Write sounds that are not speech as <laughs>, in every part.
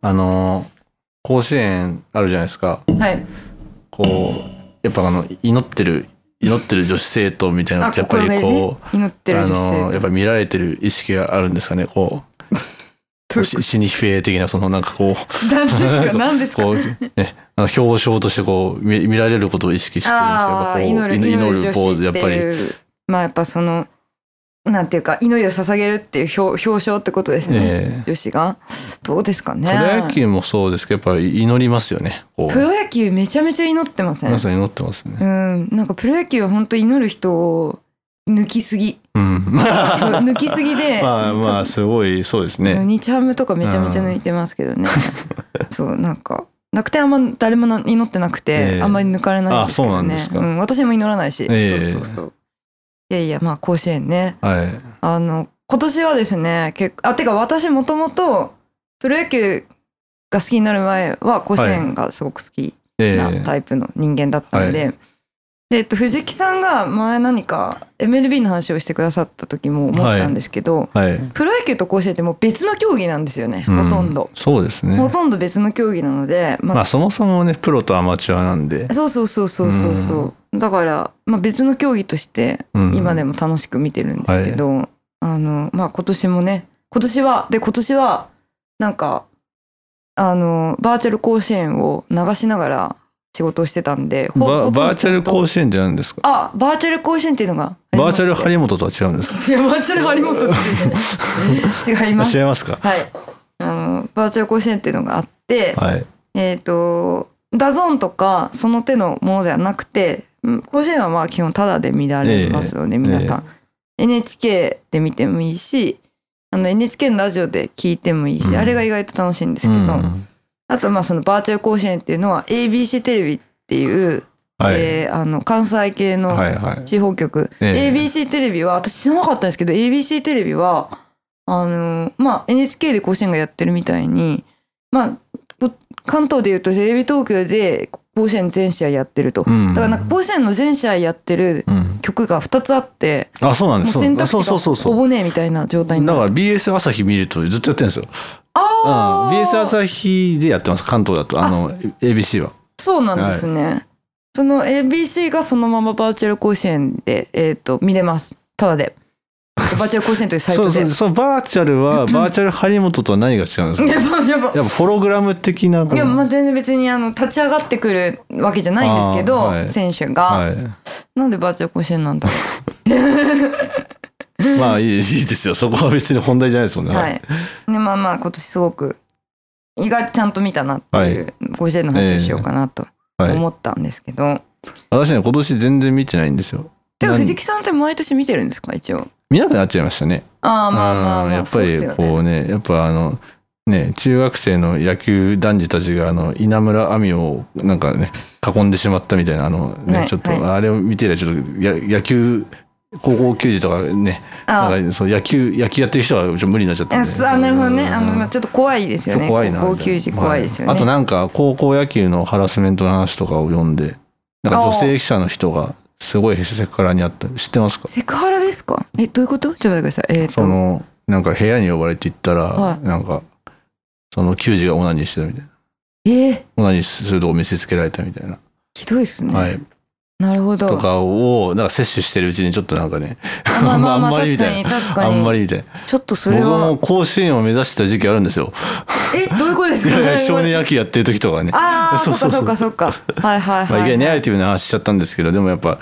あの、甲子園あるじゃないですか。はい。こう、やっぱあの、祈ってる、祈ってる女子生徒みたいなのあ、って、やっぱ心りでねこう、、祈ってるあ女性の、やっぱ見られてる意識があるんですかね、こう、し死に否定的な、そのなんかこう、何 <laughs> ですか何ですかこう、ね、あの表彰としてこう見、見られることを意識してるんですけど、やっぱこああうー祈る祈祈るポーズ、やっぱ祈り、る女子っていうまあやっぱそのなんていうか祈りを捧げるっていう表表彰ってことですね、ええ女子がどうですかねプロ野球もそうですけど、やっぱり祈りますよね。こうプロ野球めちゃめちゃ祈ってません皆さん祈ってますね。うんなんかプロ野球は本当祈る人を抜き <laughs> すぎうん。まそう抜きすぎで、あまあ、すごい、そうですそうね。日ハムとかめちゃめちゃ抜いてますけどね <laughs> そうなんか楽天あんま誰もな祈ってなくて、ええあんまり抜かれないんですけどあそうなんねですかん私も祈らないし、ええそうそうそういやいやまあ甲子園ねはい。あの今年はですね結構あてか私もともとプロ野球が好きになる前は甲子園がすごく好きえなえタイプの人間だったので,、でえっと、藤木さんが前何か MLB の話をしてくださった時も思ったんですけど、はい。プロ野球と甲子園ってもう別の競技なんですよね、うほとんど。そうですほね。とんど別の競技なので、まあまあ、そもそもね、プロとアマチュアなんで、そうそうそうそうそうそう、だから、まあ、別の競技としてうん今でも楽しく見てるんですけど、あのまあ今年もね今年はで今年はなんかあのバーチャル甲子園を流しながら仕事をしてたんでほバほとんどバーチャル甲子園って何ですかあバーチャル甲子園っていうのがありバまーしチてャル張本とは違うんですかいやバーチャル張本っていう <laughs> の違います違いますかはいあのバーチャル甲子園っていうのがあって、はい。えっ、と、ダゾーンとかその手のものではなくて、うん甲子園はまあ基本タダで見られますので、皆さん、NHK で見てもいいし、あの NHK のラジオで聞いてもいいし、うんあれが意外と楽しいんですうけど、ん。あとまあそのバーチャル甲子園っていうのは ABC テレビっていう、はい。えーあの関西系はのいはい。地方局、ええ ABC テレビは私知らなかったんですけど ABC テレビはあのまあ NHK で甲子園がやってるみたいにまあこ関東でいうとテレビ東京で甲子園全試合やってると、うんだからなんか甲子園の全試合やってるうん。曲が2つあって、あ、そうなんでもす。そうう選択肢そうそうそうがそうほ。ぼねえみたいな状態になだるから BS 朝日見るとずっとやってるんですよ。あうん、ー BS 朝日でやってます関東だとあの ABC は。そうなんですね、その ABC がそのままバーチャル甲子園で、えー、と見れますただでバーチャル甲子園というサイそトうでそうそうバーチャルはバーチャル張本とは何が違うんです <laughs> いかやばいやばいやっぱフォログラム的なこのいや、まあ、全然別にあの立ち上がってくるわけじゃないんですけど、あーはい選手が、はい、なんでバーチャル甲子園なんだろ <laughs> まあいいいいですよそこは別に本題じゃないですもんう、ね。はいでまあまあ今年すごく意外とちゃんと見たなっていう、甲子園の話をしようかなとはい思ったんですけど、私ね今年全然見てないんですよ。でもなん藤木さんって毎年見てるんですか一応見なくなっちゃいましたね。ああまあまあうんまやあっぱそうっすりよこねうねやっぱあのね中学生の野球男児たちがあの稲村亜美をなんかね囲んでしまったみたいなあのね、はいちょっと、はいあれを見てりゃちょっとや野球高校球児とかねあなんかそう野球野球やってる人はちょっと無理になっちゃっいたんやで。すあなるほどねうんあの、まあ、ちょっと怖いですよね怖いな高級児怖いですよね、はあとなんか高校野球のハラスメントの話とかを読んでなんか女性記者の人がすごいセクハラにあった知ってますかセクハラですかえどういうことちょっと待ってくださいえっ、そとのなんか部屋に呼ばれて行ったら、はいなんかその球児がオナニーしてたみたいなえー、オナニーするとこ見せつけられたみたいな、ひどいですね、はい、なるほどとかをなんか摂取してるうちにちょっとなんかねまあまあま <laughs> あんあまりみ確かたにいな確かあにんまりみたいなちょっとそれ僕はも甲子園を目指してた時期あるんです <laughs> よえどういうことですいかやいやそれ少年野球やってる時とかねあ <laughs> あそそううそうかそそううかそうかはいはいまあ、はいい、やネガティブな話しちゃったんですけどでもやっぱやっ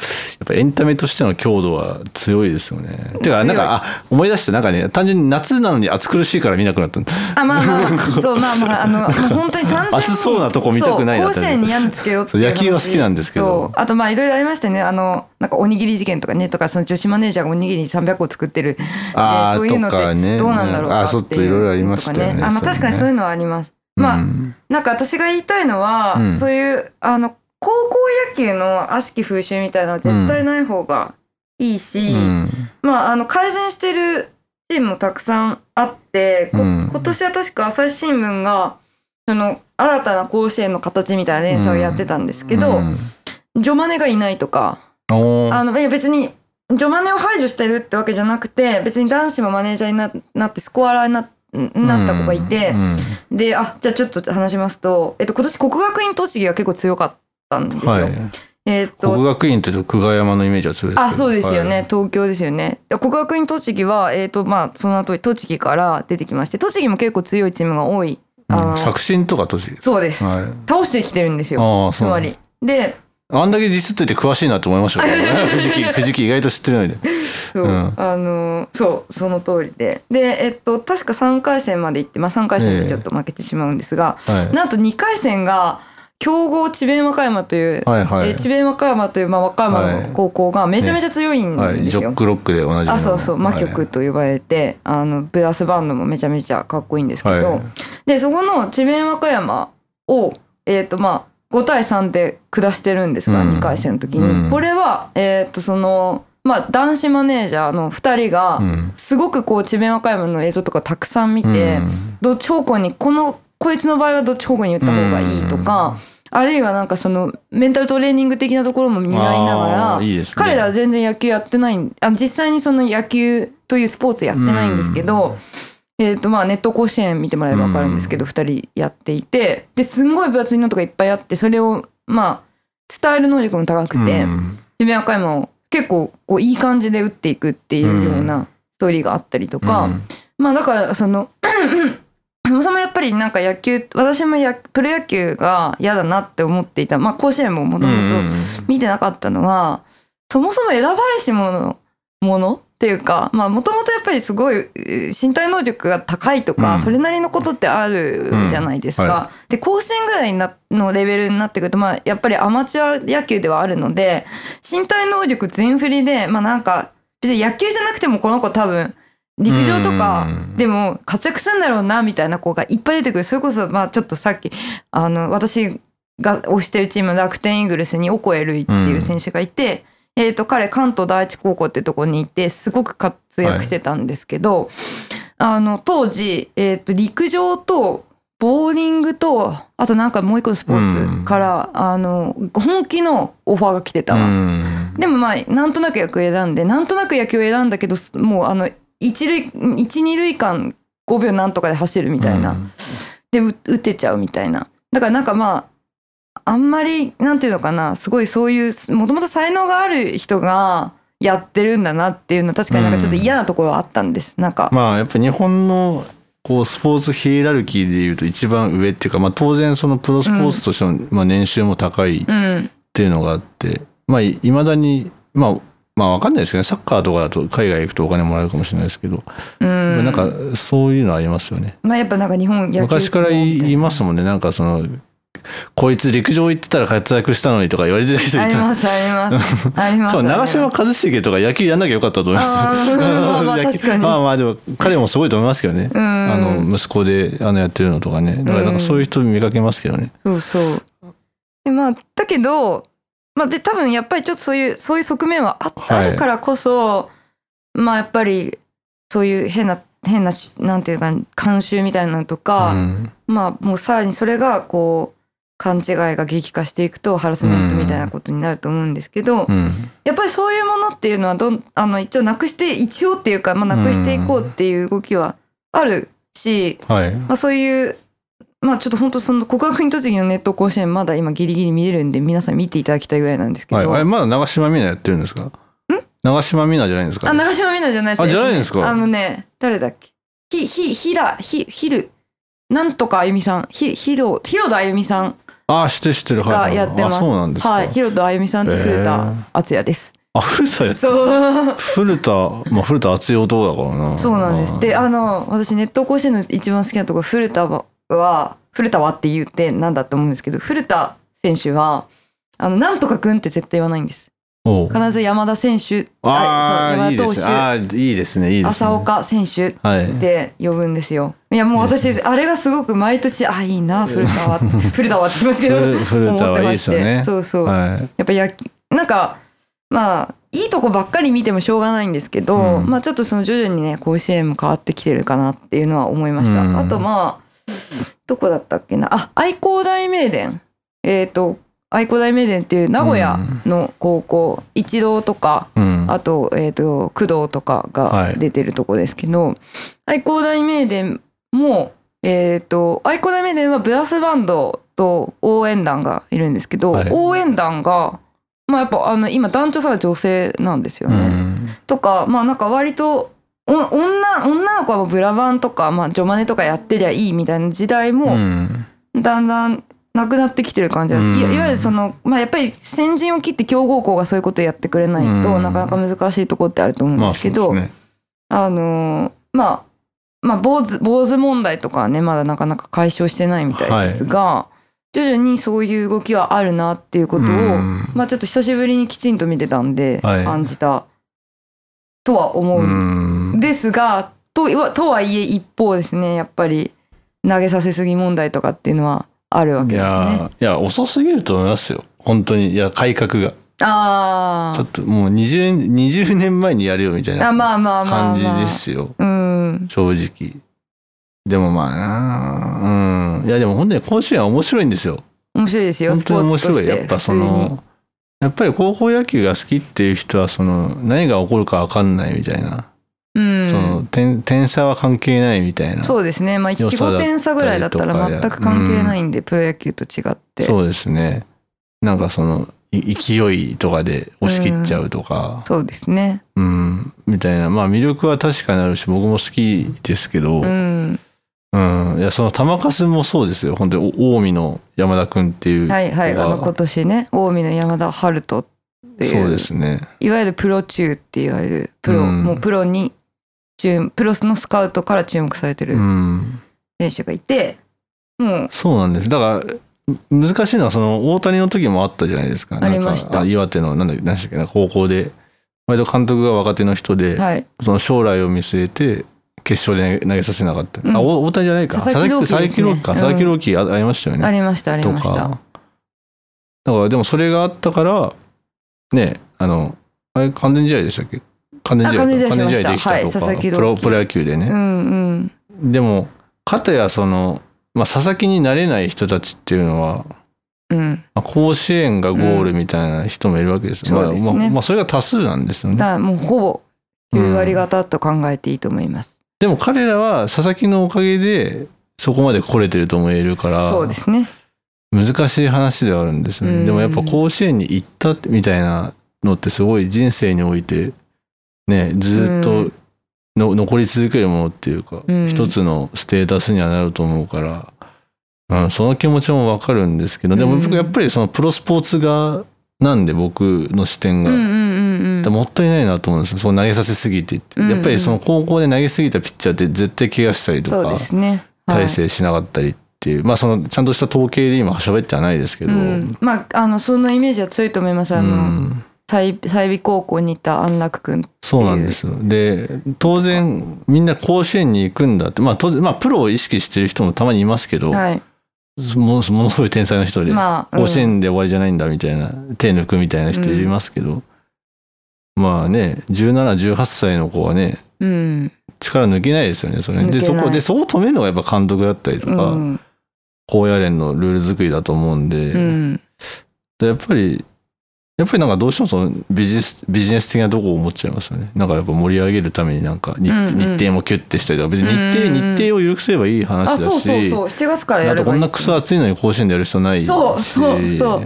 ぱエンタメとしての強度は強いですよね。てか強いなんかあ思い出してなんかね単純に夏なのに暑苦しいから見なくなったんだあまあまあ <laughs> そうまあまああのもう本当に単純に暑そうなとこ見たくないなそう甲子園にやんつけようっていう話そう野球は好きなんですけどそうあとまあいろいろありましたよねあのなんかおにぎり事件とかねとかその女子マネージャーがおにぎり300個作ってるあーでそういうのっとかねてどうなんだろうかあっていうーちょっといろいろありましたよねとかあまあ確かにそういうのはあります、まあ、うんなんか私が言いたいのは、うんそういうあの高校野球の悪しき風習みたいなのは絶対ない方がいいし、うんまああの改善してるチームもたくさんあって、こうん今年は確か朝日新聞がその新たな甲子園の形みたいな連鎖をやってたんですけど、うんジョマネがいないとかおーあのいや別にジョマネを排除してるってわけじゃなくて別に男子もマネージャーにななってスコアラーになっなった子がいて、うんであじゃあちょっと話しますと、えっと、今年国学院栃木が結構強かったんですよ。はい。えっと国学院っていうと久我山のイメージは強いですけどあそうですよね、。東京ですよねで国学院栃木は、えーとまあ、その後栃木から出てきまして栃木も結構強いチームが多いあはいの、うん作新とか栃木です。そうです、はい。倒してきてるんですよああ、つそうまなんだ。りであんだけ実っといて詳しいなと思いましたけど <laughs> ね。藤木、藤木意外と知ってるのに。そう、うんあのそうその通りででえっと確か3回戦まで行って、まあ、3回戦でちょっと負けてしまうんですが、はなんと2回戦が強豪智弁和歌山といい。う、はいはえー智弁和歌山という、まあ、和歌山の高校がめちゃめちゃ強いんい。はい。でジすョよ。ックロックで同じみの。あそうそう魔曲と呼ばれて、あのブラスバンドもめちゃめちゃかっこいいんですけはい。ど、はいでそこの智弁和歌山を、えーとまあ、5対3で下してるんですが、うん2回戦の時に、うんこれは、えーとそのまあ、男子マネージャーの2人が、うん。すごくこう智弁和歌山の映像とかたくさん見て、うんどっち方向にこのこいつの場合はどっち方向に打った方がいいとか、あるいはなんかそのメンタルトレーニング的なところも担いながらあーいいですね彼らは全然野球やってないんあ実際にその野球というスポーツやってないんですけど、えーとまあ、ネット甲子園見てもらえば分かるんですけど、二2人やっていてですんごい分厚いのとかいっぱいあってそれをまあ伝える能力も高くて。うん渋谷和歌山を結構こういい感じで打っていくっていうようなストーリーがあったりとか、うんまあだからその <clears throat> そもそもやっぱりなんか野球私もやプロ野球が嫌だなって思っていた、まあ、甲子園ももとうんもと見てなかったのは、そもそも選ばれし者ものっていうかもともとやっぱりすごいえー身体能力が高いとか、うんそれなりのことってあるじゃないですか。うんはで甲子園ぐらいなのレベルになってくると、まあ、やっぱりアマチュア野球ではあるので身体能力全振りで、まあ、なんか別に野球じゃなくてもこの子多分陸上とかうんでも活躍するんだろうなみたいな子がいっぱい出てくるそれこそまあちょっとさっきあの私が推してるチーム楽天イーグルスにオコエルイっていう選手がいて、えー、と彼関東第一高校ってとこにいてすごく活躍してたんですけど、あの当時、えー、と陸上とボーリングとあとなんかもう一個のスポーツから、あの本気のオファーが来てたうわ。んでもまあなんとなく野球選んでなんとなく野球を選んだけどすもうあの一塁一二塁間5秒なんとかで走るみたいな、うんでう打てちゃうみたいなだからなんかまああんまりなんていうのかなすごいそういうもともと才能がある人がやってるんだなっていうのは確かになんかちょっと嫌なところはあったんです、なんか、まあやっぱ日本のこうスポーツヒエラルキーでいうと一番上っていうか、まあ、当然そのプロスポーツとしての、まあ、年収も高いっうん、ていうのがあってまあいまだにまあまあわかんないですけどねサッカーとかだと海外行くとお金もらえるかもしれないですけど、うん、なんかそういうのありますよねまあやっぱなんか日本野球昔から言いますもんねなんかそのこいつ陸上行ってたら活躍したのにとか言われてる人あいりたますあり <laughs> ますありますそうありま長す嶋一茂とか野球やんなきゃよかったと思いますよあーまあま <laughs> あ野球確かにまあまあでも彼もすごいと思いますけどね、うんあの息子であのやってるのとかねだからなんかそういう人見かけますけどね、そうそう。でまあだけど、まあ、で多分やっぱりちょっとそういうそういう側面はあ,、はいあるからこそまあやっぱりそういう変な変なしなんていうか慣習みたいなのとうか、んまあもうさらにそれがこう勘違いが激化していくとハラスメントみたいなことになると思うんですけど、うんやっぱりそういうものっていうのはどんあの一応なくして一応っていうか、まあ、なくしていこうっていう動きはあるし、はいまあ、そういう、まあ、ちょっと本当その国学院栃木のネット甲子園まだ今ギリギリ見れるんで皆さん見ていただきたいぐらいなんですけはいど、あれまだ長嶋美奈やってるんですか長嶋美奈じゃないんですかあ長島みなじゃないですあじゃないんですかあのね誰だっけひひひだひひるなんとかあゆみさんひひろひろだあゆみさんああしてしてるはがいやってます、あそうなんですか、はいひろだあゆみさんと古田敦也です、あ古田やってそう古田まあ古田熱い男だからなそうなんですであの私ネット甲子園の一番好きなところ古田はは古田はって言ってなんだと思うんですけど古田選手はあのなんとかくんって絶対言わないんですおう必ず山田選手あああれいいそうです山田投手ねああいいですねいいですね浅岡選手って呼ぶんですよ、い、やもう私、あれがすごく毎年あいいな古田は古田はって言いますけど古 <laughs> 古田はいい思ってまでしすてよねそうそう、はいやっぱやなんかまあいいとこばっかり見てもしょうがないんですけど、うんまあちょっとその徐々にね甲子園も変わってきてるかなっていうのは思いました、うんあとまあどこだったっけなあ愛工大名電えっ、と愛工大名電っていう名古屋の高校、一郎とかうんあと,、えー、と工藤とかが出てるとこですけど、愛工大名電もうえっ、と愛子ダメ伝はブラスバンドと応援団がいるんですけど、はい応援団がまあやっぱあの今団長さんは女性なんですようね。んとかまあなんか割とお女女の子はもうブラバンとか、まあ、ジョマネとかやってりゃいいみたいな時代うもんだんだんなくなってきてる感じなんです、うんいいわゆるその、まあ、やっぱり先陣を切って強豪校がそういうことやってくれないと、うんなかなか難しいとこってあると思うんまであすそけうでど、すあねのーまあまあ坊主坊主問題とかはねまだなかなか解消してないみたいですが、徐々にそういう動きはあるなっていうことを、うんまあちょっと久しぶりにきちんと見てたんではい感じたとは思ううんんですが、といわとはいえ一方ですねやっぱり投げさせすぎ問題とかっていうのはあるわいけですね。やいや遅すぎると思いますよ本当にいや改革があちょっともう 20, 年20年前にやるよみたいーあなまあまあまあ感じまあで。すようん正直でもまあなあうんいやでも本当に甲子園は面白いんですよ面白いですよ本スポ当に面ーツと白しいやってぱ普そ通に。のやっぱり高校野球が好きっていう人はその何が起こるか分かんないみたいな、うそんの点点差は関係ないみたいなそうですねまあ予想だっ45たり点差ぐらいだったら全く関係ないんでプロ野球と違って。そうですねなんかそのい勢いとかで押し切っちゃうとか、そうですね。うんみたいなまあ魅力は確かにあるし僕も好きですけど、うん。うんいやその球数もそうですよ本当にお近江の山田君っていう、はいはい、とかあの今年ね近江の山田春人っていそううですねいわゆるプロ中って言われるプロ、うんもうプロに注プロのスカウトから注目されてるうん選手がいて、もうそうなんですだからむ難しいのはその大谷の時もあったじゃないですかありましたなんかあ岩手のなんだっけ何でしたっけな高校で割と監督が若手の人で、はいその将来を見据えて決勝で投げさせなかった、うんあお大谷じゃないか佐々木朗希佐々木朗希かで佐すね々木朗希あありましたよねありましたありとましたかだからでもそれがあったからねあのあれ完全試合でしたっけ完全試合かあ完全試合しましたできたはいと佐か、々木朗希プロプロ野球でうね、んうんでも片やその、まあ、佐々木になれない人たちっていうのは、うんまあ甲子園がゴールみたいな人もいるわけですよ、うんまそうあですまねあまあそれが多数なんですよだねからもうほぼ9割方と考えていいと思います、でも彼らは佐々木のおかげでそこまで来れてるとも言えるからそうですね難しい話ではあるんですよね、うんでもやっぱ甲子園に行ったってみたいなのってすごい人生においてねずっとの、残り続けるものっていうか、うん一つのステータスにはなると思うから、うん、その気持ちもわかるんですけどでもうん僕やっぱりそのプロスポーツ側なんで僕の視点うが。んうんうんうんもったいないなと思うんですよそう投げさせすぎてって、うんうんやっぱりその高校で投げすぎたピッチャーって絶対怪我したりとかそうですねはい体制しなかったりっていう、まあそのちゃんとした統計で今喋ってはないですけど、うん、まああのそのイメージは強いと思いますあのうん済済美高校にいた安楽君そうなんですよで当然みんな甲子園に行くんだって、まあ、当然まあプロを意識してる人もたまにいますけど、はいものものすごい天才の人で、まあ、うん甲子園で終わりじゃないんだみたいな手抜くみたいな人いますけど、まあね1718歳の子はねうん力抜けないですよねそれ抜けでないそこでそこを止めるのがやっぱ監督だったりとうか、ん高野連のルール作りだと思うんで、うんでやっぱりやっぱりなんかどうしてもそのビジネスビジネス的なとこを思っちゃいますよねなんかやっぱ盛り上げるためになんか日,、うんうん日程もキュッてしたりとか別に日程,、うんうん日程を緩くすればいい話だあしそうそうそう7月からやあれとばこいいんなクソ暑いのに甲子園でやる必要ないしそうそうそう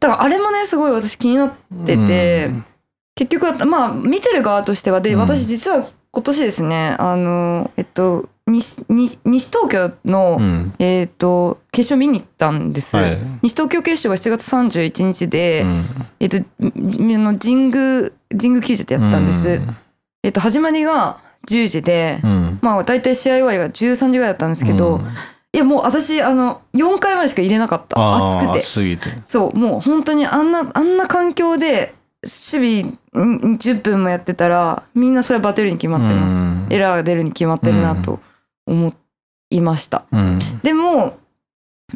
だからあれもねすごい私気になってて、うん結局まあ見てる側としてはでうん私実は今年ですねあのえっと西西西東京の、うんえっと決勝見に行ったんです、はい西東京決勝が7月31日で、うんえっとみあの神宮神宮球場でやったんです、えっと始まりが10時で、うんまあ大体試合終わりが13時ぐらいだったんですけど、うんいやもう私あの4回までしか入れなかったあ暑ーくて暑すぎてそうもう本当にあんなあんな環境で守備ん10分もやってたらみんなそれはバテるに決まってます、うんエラーが出るに決まってるなと思いました、うんでも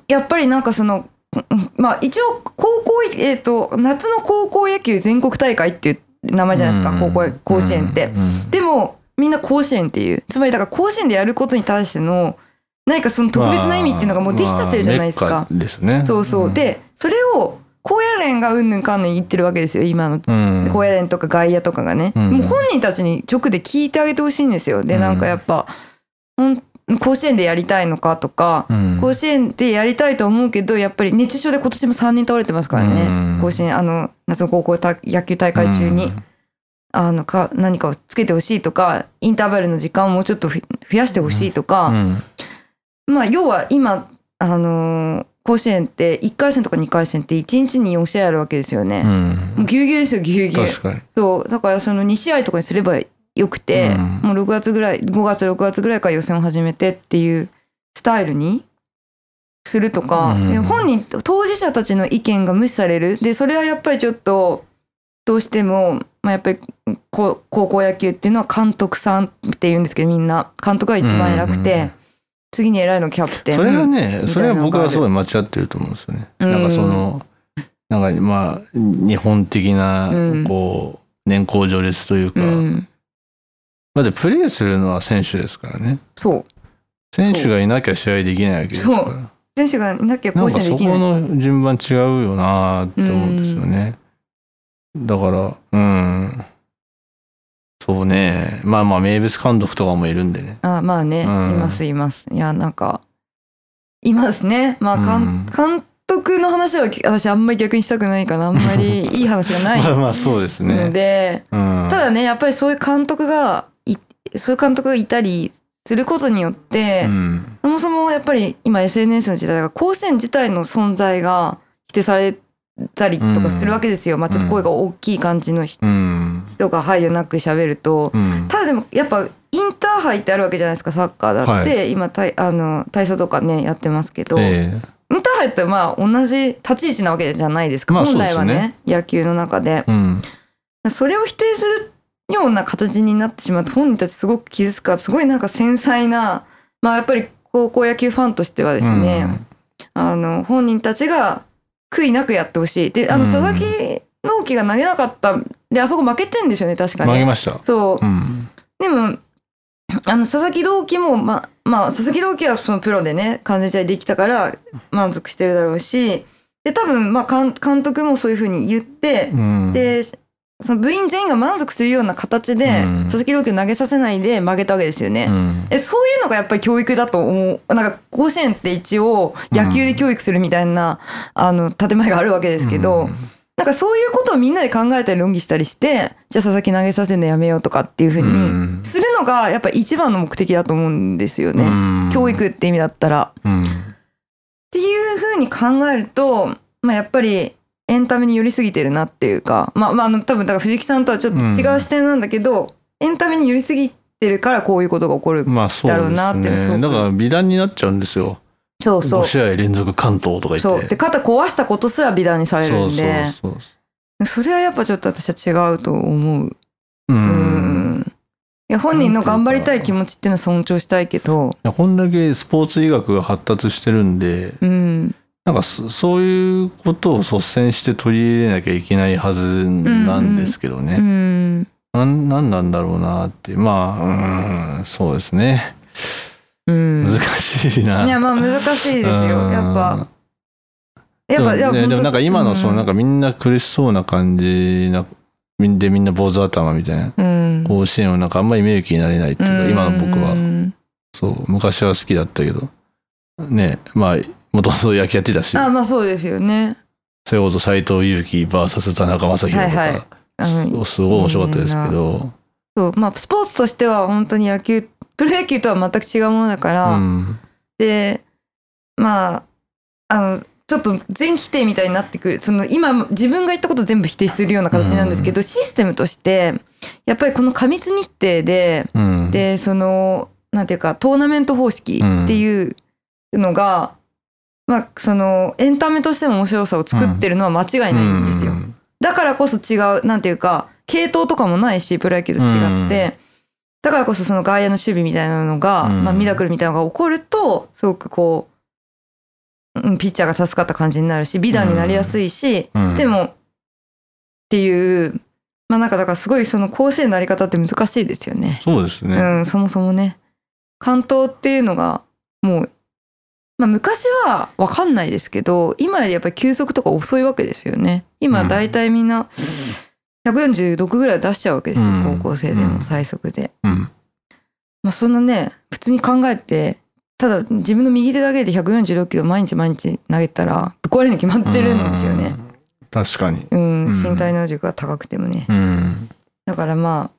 やっぱりなんかそのうんまあ一応高校えっ、と夏の高校野球全国大会っていう名前じゃないですか、うん高校甲子園って、うんでもみんな甲子園っていうつまりだから甲子園でやることに対しての何かその特別な意味っていうのがもうできちゃってるじゃないですか。まあメッカですね。そうそう。で、それを高野連がうんぬんかんぬん言ってるわけですよ、今の。うん、高野連とか外野とかがね、うんもう本人たちに直で聞いてあげてほしいんですよ。で、うんなんかやっぱ、ほん甲子園でやりたいのかとか、うん甲子園でやりたいと思うけどやっぱり熱中症で今年も3人倒れてますからね、うん甲子園あの夏の高校た野球大会中に、あのか何かをつけてほしいとかインターバルの時間をもうちょっとふ増やしてほしいとうか、んまあ要は今、あのー甲子園って1回戦とか2回戦って1日に4試合あるわけですようね。もうんぎゅうぎゅうですよぎゅうぎゅう。確かにそうだからその2試合とかにすればよくて、うんもう6月ぐらい5月6月ぐらいから予選を始めてっていうスタイルにするとか、うんで本人当事者たちの意見が無視されるでそれはやっぱりちょっとどうしても、まあ、やっぱりこ高校野球っていうのは監督さんっていうんですけどみんな監督が一番偉くて、うん次に偉いのキャプテン。それはね、みそたいれなはの僕があるはすごい間違ってると思うんですよね。うんなんかその、なんかまあ、日本的なうん、こう、年功序列というかう、ん、だってプレーするのは選手ですからね。そう選手がいなきゃ試合できないわけですから。選手がいなきゃな甲ん子か園そできこない。の順番違うよなーって思うんですよね。だから、うん。そうね。まあまあ、名物監督とかもいるんでね。あまあね、うんいますいますいやなんかいますねまあ、かん監督の話はき私あんまり逆にしたくないからあんま <laughs> りいい話がないまあまあ、そうですのね。で、うん。ただねやっぱりそういう監督がいそういう監督がいたりすることによって、うん、そもそもやっぱり今 SNS の時代だから甲子園自体の存在が否定されたりとかするわけですよ、まあちょっと声が大きい感じの人うん。が配慮なく喋ると。うん。ただでもやっぱインターハイってあるわけじゃないですかサッカーだって、は今たいあの体操とかねやってますけど、えインターハイってまあ同じ立ち位置なわけじゃないですか、まあ本来はねそうで野球の中でえうん。それを否定するような形になってしまって本人たちすごく傷つくからすごいなんか繊細なまあやっぱり高校野球ファンとしてはですね、あの本人たちが悔いなくやってほしいであのうん佐々木納期が投げなかったであそこ負けてんですよね確うかん。に。負けました。そう、うん。でもあの佐々木朗希もまあまあ佐々木朗希はそのプロでね完全試合できたから満足してるだろうしで多分まあ監監督もそういうふうに言ってうん、でその部員全員が満足するような形でうん佐々木朗希を投げさせないで負けたわけですよね。うん、えそういうのがやっぱり教育だと思うなんか甲子園って一応野球で教育するみたいな、あの建前があるわけですけど、なんかそういうことをみんなで考えたり論議したりしてじゃあ佐々木投げさせるのやめようとかっていうふうに、うんするのがやっぱ一番の目的だと思うんですようね、ん、教育って意味だったら。っうん、ていうふうに考えると、まあ、やっぱりエンタメに寄りすぎてるなっていうかまあまああの多分だから藤木さんとはちょっと違う視点なんだけど、エンタメに寄りすぎてるからこういうことが起こる。まあそうだろうなっていうのはですすごくねだから美談になっちゃうんですよそうそ5う試合連続関東とか言ってそうで肩壊したことすら美談にされるんでそそうそうそれはやっぱちょっと私は違うと思う。うううんんいや本人の頑張りたい気持ちっていうのは尊重したいけど、こんだけスポーツ医学が発達してるんでうん、なんかそそういうことを率先して取り入れなきゃいけないはずなんですけどうね、ん、なんなんなんだろうなってまあうんそうですねうん、難しいな、いやまあ難しいですようんやっぱやっぱいでもやね本当でもなんか今のそのなんかみんな苦しそうな感じなみんでみんな坊主頭みたいなうん甲子園をなんかあんまり見る気になれないっていうか今の僕うはんそう昔は好きだったけどねまあもともと野球やってたしあまあそうですよねそれこそ斎藤佑樹 VS 田中将大とか、はいはいあのすごい面白かったですけどそうまあスポーツとしては本当に野球 <laughs> プロ野球とは全く違うものだかうら、んでまああのちょっと全否定みたいになってくるその今自分が言ったこと全部否定するような形なんですけど、システムとしてやっぱりこの過密日程でうんでそのなんていうかトーナメント方式っていうのが、まあそのエンタメとしても面白さを作ってるのは間違いないんですよ、うんだからこそ違うなんていうか系統とかもないしプロ野球と違って、だからこそその外野の守備みたいなのが、うんまあ、ミラクルみたいなのが起こるとすごくこう、うん、ピッチャーが助かった感じになるし美談になりやすいし、うんでもっていうまあなんかだからすごいその甲子園のあり方って難しいですよね。そうですねうん、そもそもね関東っていうのがもう、まあ、昔は分かんないですけど今よりやっぱり休息とか遅いわけですよね今うん大体みんな146ぐらい出しちゃうわけですよ、うん高校生でうもん最速で、うんまあ、そんなね普通に考えてただ自分の右手だけで146キロ毎日毎日投げたらぶっ壊れに決まってるんですよね。うん。確かに。うん、うん身体能力が高くてもね。うん。だからま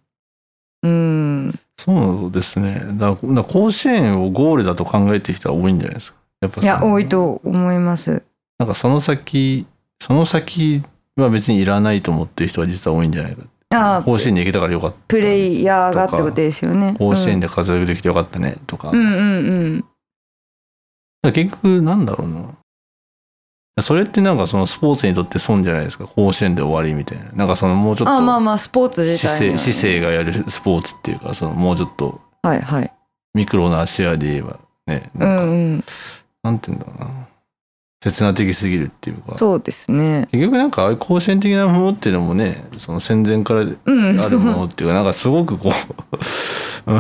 あ、うん、そうですね。だからだから甲子園をゴールだと考えてる人は多いんじゃないですか。やっぱいや、その多いと思います。なんかその先、その先は別にいらないと思ってる人は実は多いんじゃないか。ああ甲子園に行けたからよかった。プレイヤーがってことですよね。甲子園で。で活躍できてよかったねとか。うんうんうん。だから結局なんだろうな。それってなんかそのスポーツにとって損じゃないですか。甲子園で終わりみたいな。なんかそのもうちょっああまあとまあ、スポーツ自姿体、勢、ね。姿勢がやるスポーツっていうか、そのもうちょっとはいはい。ミクロな視野で言えばね、うなんか、んうん。なんて言うんだろうな。切な的すぎるっていうか。そうですね。結局なんかああいう甲子園的なものっていうのもね、その戦前からうん。あそるもうのっていうか、 <laughs> なんかすごくこう、うん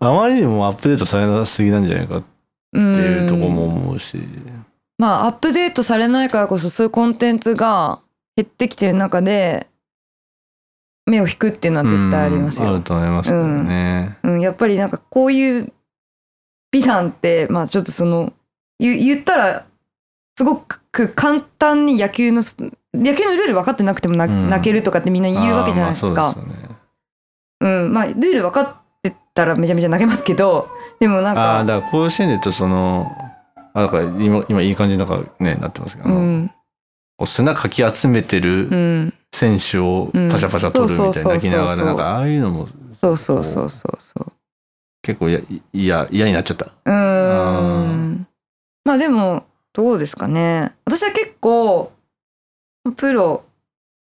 あまりにもアップデートされなすぎなんじゃないかってうんいうところも思うし。まあアップデートされないからこそそういうコンテンツが減ってきてる中で目を引くっていうのは絶対ありますうんあよる。と思いますけどね。うん、やっぱりなんかこういう美談ってまあちょっとその言言ったらすごく簡単に野球のス野球のルール分かってなくてもなうん泣けるとかってみんな言うわけじゃないですあーまあかそ。うですよねうん、まあルール分かってたらめちゃめちゃ泣けますけどでもなんあーかだから甲子園で言うとその、あだから今今いい感じになんかねなってますけど、うあのんこう砂かき集めてうるん選手をうんパシャパシャ取るみたいなそうそうそうそう泣きながらなんかああいうのもそうそうそうそうそう。結構やいや嫌になっちゃった。うーんまあでもどうですかね私は結構プロ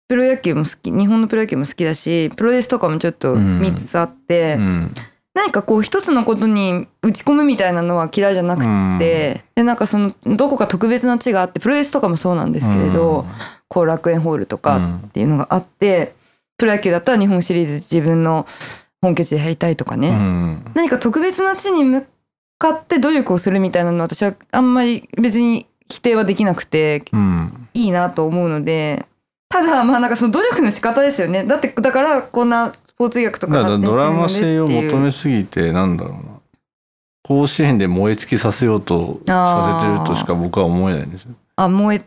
プロ野球も好き日本のプロ野球も好きだしプロレスとかもちょっと見つつあって、うん何かこう一つのことに打ち込むみたいなのは嫌いじゃなくて、でなんかそのどこか特別な地があってプロレスとかもそうなんでですけれど、後楽園ホールとかっていうのがあってプロ野球だったら日本シリーズ自分の本拠地でやりたいとかね、うん何か特別な地に向かって努力をするみたいなのは私はあんまり別に否定はできなくてうんいいなと思うのでただまあなんかその努力の仕方ですよねだってだからこんなスポーツ医学とだかから発展ドしてラるマのでって性をいう求めすぎてなんだろうな甲子園で燃え尽きさせようとさせてるとしか僕は思えないんですよ。あもうえ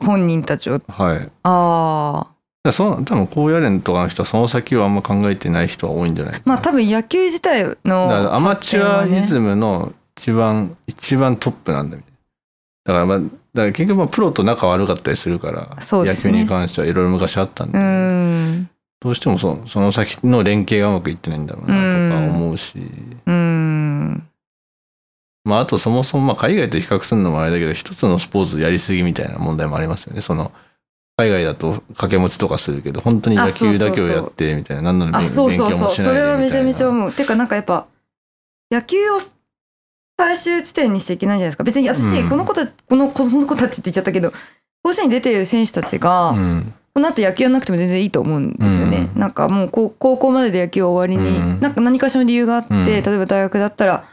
本人たちをはい、だかああらその多分高野連とかの人はその先をあんま考えてない人は多いんじゃないかまなあ多分野球自体だかのらアマチュアリズムの一番、一番トップなんだみたいな。だからまあだから結局まあプロと仲悪かったりするから、そうで野す球ねに関してはいろいろ昔あったんうで、んどうしてもそその先の連携がうまくいってないんだろうなとか思うし。うんまあ、あとそもそもまあ海外と比較するのもあれだけど一つのスポーツやりすぎみたいな問題もありますよねその海外だと掛け持ちとかするけど本当に野球だけをやってみたいな何ならあ勉そう勉強そうそもうしそないれはでめみちたゃいめちゃな思うてかなんかやっぱ野球を最終地点にしちゃいけないじゃないですか別に私、うんこの子たこのこの子たちって言っちゃったけど甲子園に出ている選手たちが、うんこの後野球やんなくても全然いいと思うんですよね、うんなんかもうこう高校までで野球を終わりに、うんなんか何かしらの理由があって、うん例えば大学だったら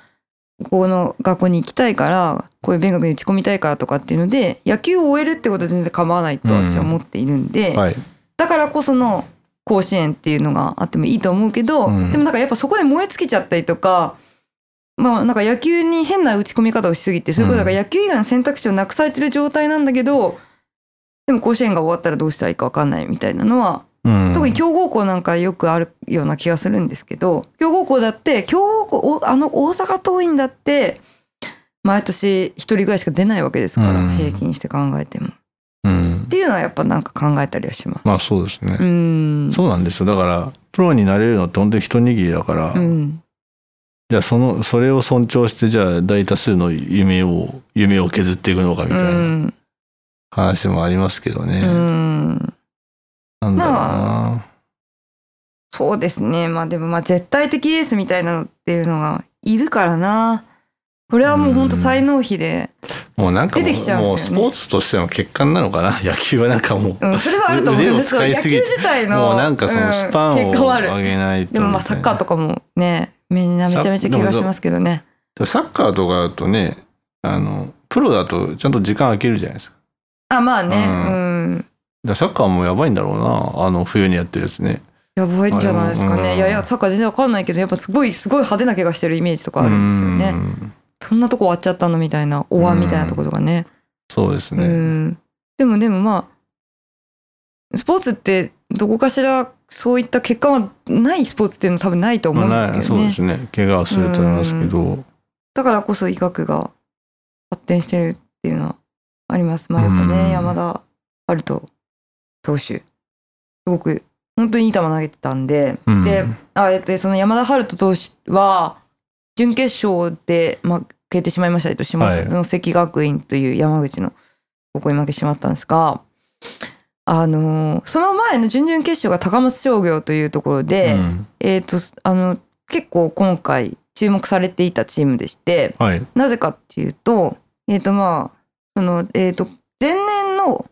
この学校に行きたいからこういう勉学に打ち込みたいからとかっていうので野球を終えるってことは全然構わないと私は思っているんで、はいだからこその甲子園っていうのがあってもいいと思うけど、うんでもなんかやっぱそこで燃え尽きちゃったりとかまあなんか野球に変な打ち込み方をしすぎてそういうことだから野球以外の選択肢をなくされてる状態なんだけどでも甲子園が終わったらどうしたらいいか分かんないみたいなのは、うん、特に強豪校なんかよくあるような気がするんですけど強豪校だって強豪校おあの大阪桐蔭だって毎年一人ぐらいしか出ないわけですから、うん平均して考えても。っうん、ていうのはやっぱなんか考えたりはします。まあそうですね、うんそうなんですよだからプロになれるのって本当に一握りだから、うん、じゃあそのそれを尊重してじゃあ大多数の夢を夢を削っていくのかみう、たいなん話もありますけどね、うん、なんだろうな、そうですねまあでもまあ絶対的エースみたいなのっていうのがいるからなこれはもうほんと才能比で、もうなんかもう出てきちゃうんもうですスよねポーツとしての欠陥なのかな野球はなんかもう、うん、それはあると思腕うをんです使い野す球ぎて自体のもうなんかそのスパンうんを結果はあ上るげないとでもまあサッカーとかかもねみんなめちゃめちゃ怪我しますけどねサッカーとかだとねあのプロだとちゃんと時間空けるじゃないですかだあまあねううん、からサッカーもやばいんだろうなあの冬にやってるやつねやばいんじゃないですかあれもうねんいやいやサッカー全然わかんないけどやっぱすごいすごい派手な怪我してるイメージとかあるんですよねうんそんなとこ終わっちゃったのみたいなおわみたいなとことかねそうですうね。んでもでもまあスポーツってどこかしらそういった結果はないスポーツっていうのは多分ないと思うんまあでないそすけどうね、ですね。怪我はすると思いますけど。だからこそ医学が発展してるっていうのはありますまあやっぱね、うん山田春人投手すごく本当にいい球投げてたんで、うんであえっとその山田春人投手は準決勝で負けてしまいましたえっと下はい関学院という山口の高校に負けてしまったんですが、あのその前の準々決勝が高松商業というところで、うんえっとあの結構今回注目されていたチームでしてはい。なぜかっていうとえっ、とまあそのえっ、と前年の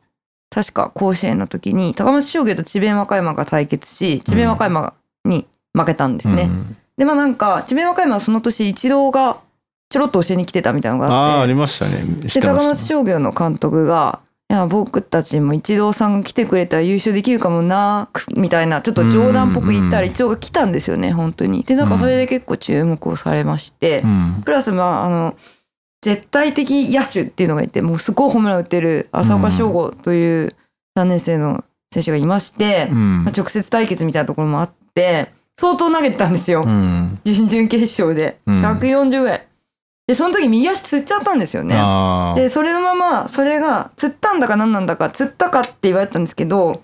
確か甲子園の時に高松商業と智弁和歌山が対決し智弁和歌山に負けたんですね。うんでまあなんか智弁和歌山はその年一郎がちょろっと教えに来てたみたいなのあがああっあてりましたね。知でって高ま松した。商業の監督が「いや僕たちも一郎さんが来てくれたら優勝できるかもな」みたいなちょっと冗談っぽく言ったうんらうん一郎が来たんですよね本当に。でなんかそれで結構注目をされまして、うんプラスまああの絶対的野手っていうのがいてもうすごいホームラン打ってる浅岡翔吾という3年生の選手がいまして、うんまあ、直接対決みたいなところもあって相当投げてたんですよ。うん準々決勝でうん140ぐらい、でその時右足つっちゃったんですよねああでそれのままそれがつったんだか何なんだかつったかって言われたんですけど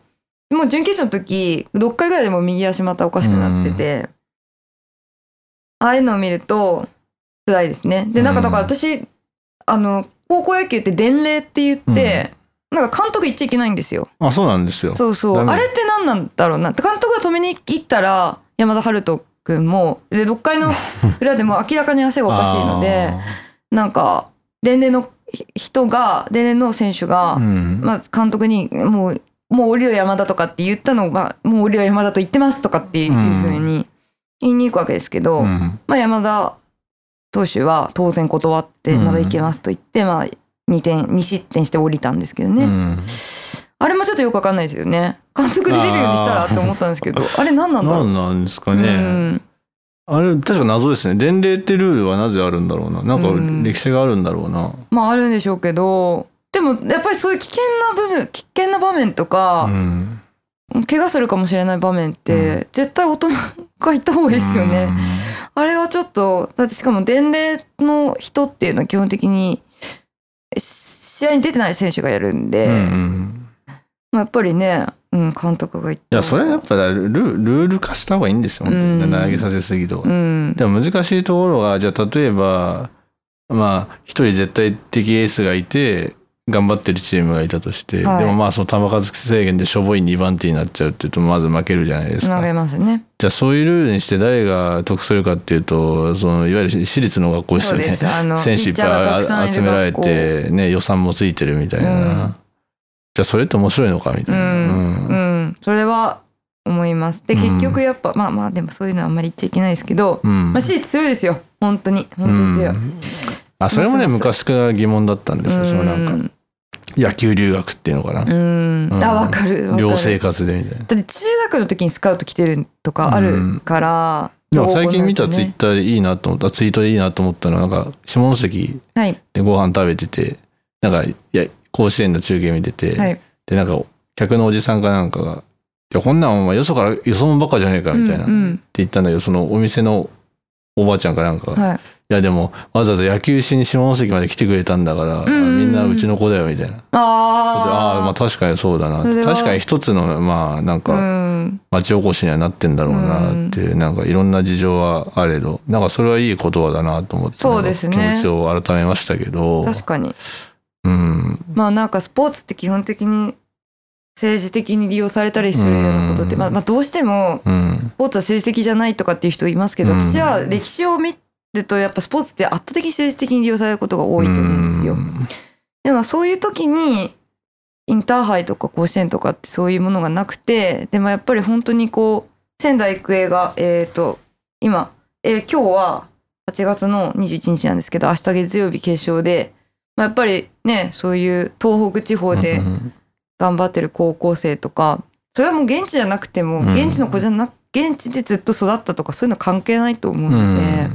もう準決勝の時6回ぐらいでもう右足またおかしくなってて、ああいうのを見ると辛いですねでなんかだから私、あの高校野球って伝令って言って、なんか監督言っちゃいけないんですよあそうなんですよ。そうそうダメあれって何なんだろうなって監督が止めに行ったら山田春人君もで6回の裏でも明らかに足がおかしいの <laughs> でなんか伝令のひ人が伝令の選手あーが、うんまあ、監督にもう「もう降りろ山田」とかって言ったのが「もう降りろ山田と言ってます」とかっていうふうに言いに行くわけですけど、うんまあ、山田投手は当然断って「まだ行けます」と言って、まあ、2, 点2失点して降りたんですけどね。うんあれもちょっとよくわかんないですよね。監督で出るようにしたらって思ったんです <laughs> けど、あれ何なんだなろう。んなんですかうね。ん、あれ確か謎ですね。伝令ってルールはなぜあるんだろうな。なんかうん歴史があるんだろうな。まああるんでしょうけど、でもやっぱりそういう危険な部分、危険な場面とうか、ん怪我するかもしれない場面って、絶対大人がいた方がいいですよね。。あれはちょっと、だってしかも伝令の人っていうのは基本的に試合に出てない選手がやるんうで、んうんうんまあやっぱりね、うん監督が言って。いやそれはやっぱルルール化した方がいいんですよ。本当うにん投げさせすぎとかう。ん。でも難しいところがじゃあ例えばまあ一人絶対的エースがいて頑張ってるチームがいたとして、はいでもまあその球数制限でしょぼい2番手になっちゃうっていうとまず負けるじゃないです投か。げますね。じゃあそういうルールにして誰が得するかっていうとそのいわゆる私立の学校ですそようでね。す。あの、選手いっピッチャーがぱたくさんいる集められ学校て、ね、予算もついてるみたいな、うんじゃあそれって面白いのかみたいな、うん、うん、それは思います。でうん結局やっぱ、まあまあでもそういうのはあんまり言っちゃいけないですけど、うんまあ私立強いですよ本当に本当に強い。うんあそれもねますま昔から疑問だったんですよ、そのなんかか、野球留学っていうのかな、うん、うんあわかるわかる。寮生活でみたいな。だって中学の時にスカウト来てるとかあるから。でも最近見高た校ツイになッるターでいいなと思った、ツイートでいいなと思ったのは、なんか下関とねはいでご飯食べてて、なんか、いや、甲子園の中継見てて、はい。で、なんか、客のおじさんかなんかが、いや、こんなんお前よそから、よそもんばっかじゃねえか、みたいな、っうてん言ったんだけど、そのお店のおばあちゃんかなんかが、うんい、はい。や、でも、わざわざ野球しに下関まで来てくれたんだから、んうんうんみんなうちの子だよ、みたいな。ああー、まああ確かにそうだな。それは確かに一つの、まあ、なんあ。か、うん。町おこしにはなってんだろうなっていう、なんかいろんな事情はあれどなんかそれはいい言葉だなと思ってそうですねなんか気持ちを改めましたけど確かに。うんまあなんかスポーツって基本的に政治的に利用されたりするようなことって、うんまあ、まあどうしてもうんスポーツは政治的じゃないとかっていう人いますけど、うん私は歴史を見るとやっぱスポーツって圧倒的に政治的に利用されることが多いと思うんですよ。でもそういう時にインターハイとか甲子園とかってそういうものがなくてでもやっぱり本当にこう仙台育英がえっ、と今、えー今日は8月の21日なんですけど明日月曜日決勝で、まあ、やっぱりねそういう東北地方でうん頑張ってる高校生とかそれはもう現地じゃなくても、うん現地の子じゃなく現地でずっと育ったとかそういうの関係ないと思ううのんで、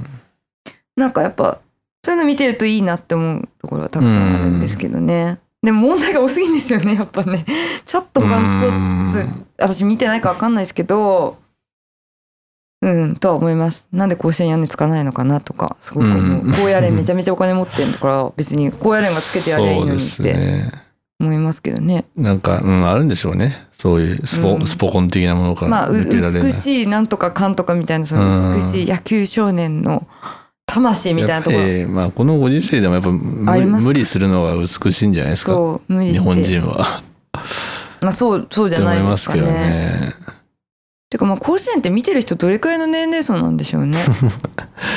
なんかやっぱそういうの見てるといいなって思うところはたくさんあるんですけどね、でも問題が多すぎんですよねやっぱね <laughs> ちょっと他のスポーツ、うん私見てないか分かんないですけどうんとは思いますなんで甲子園屋根つかないのかなとかすごく思う、うん高野連めちゃめちゃお金持ってるんだから別に高野連がつけてやりゃいいのにっそうですてね思いますけどねなんか、うん、あるんでしょうね。そういうスポ、うんスポコン的なものからまあう抜けられない。美しいなんとかかんとかみたいなその美しい野球少年の魂みたいなところやっぱりまあ、このご時世でもやっぱ無あり理ますか無理するのが美しいんじゃないですか。そう無理日して本人は。まあそうそうじっゃて思ないいでますすかけねどね。てかまあ甲子園って見てる人どれくらいの年齢層なんでし <laughs> ょうね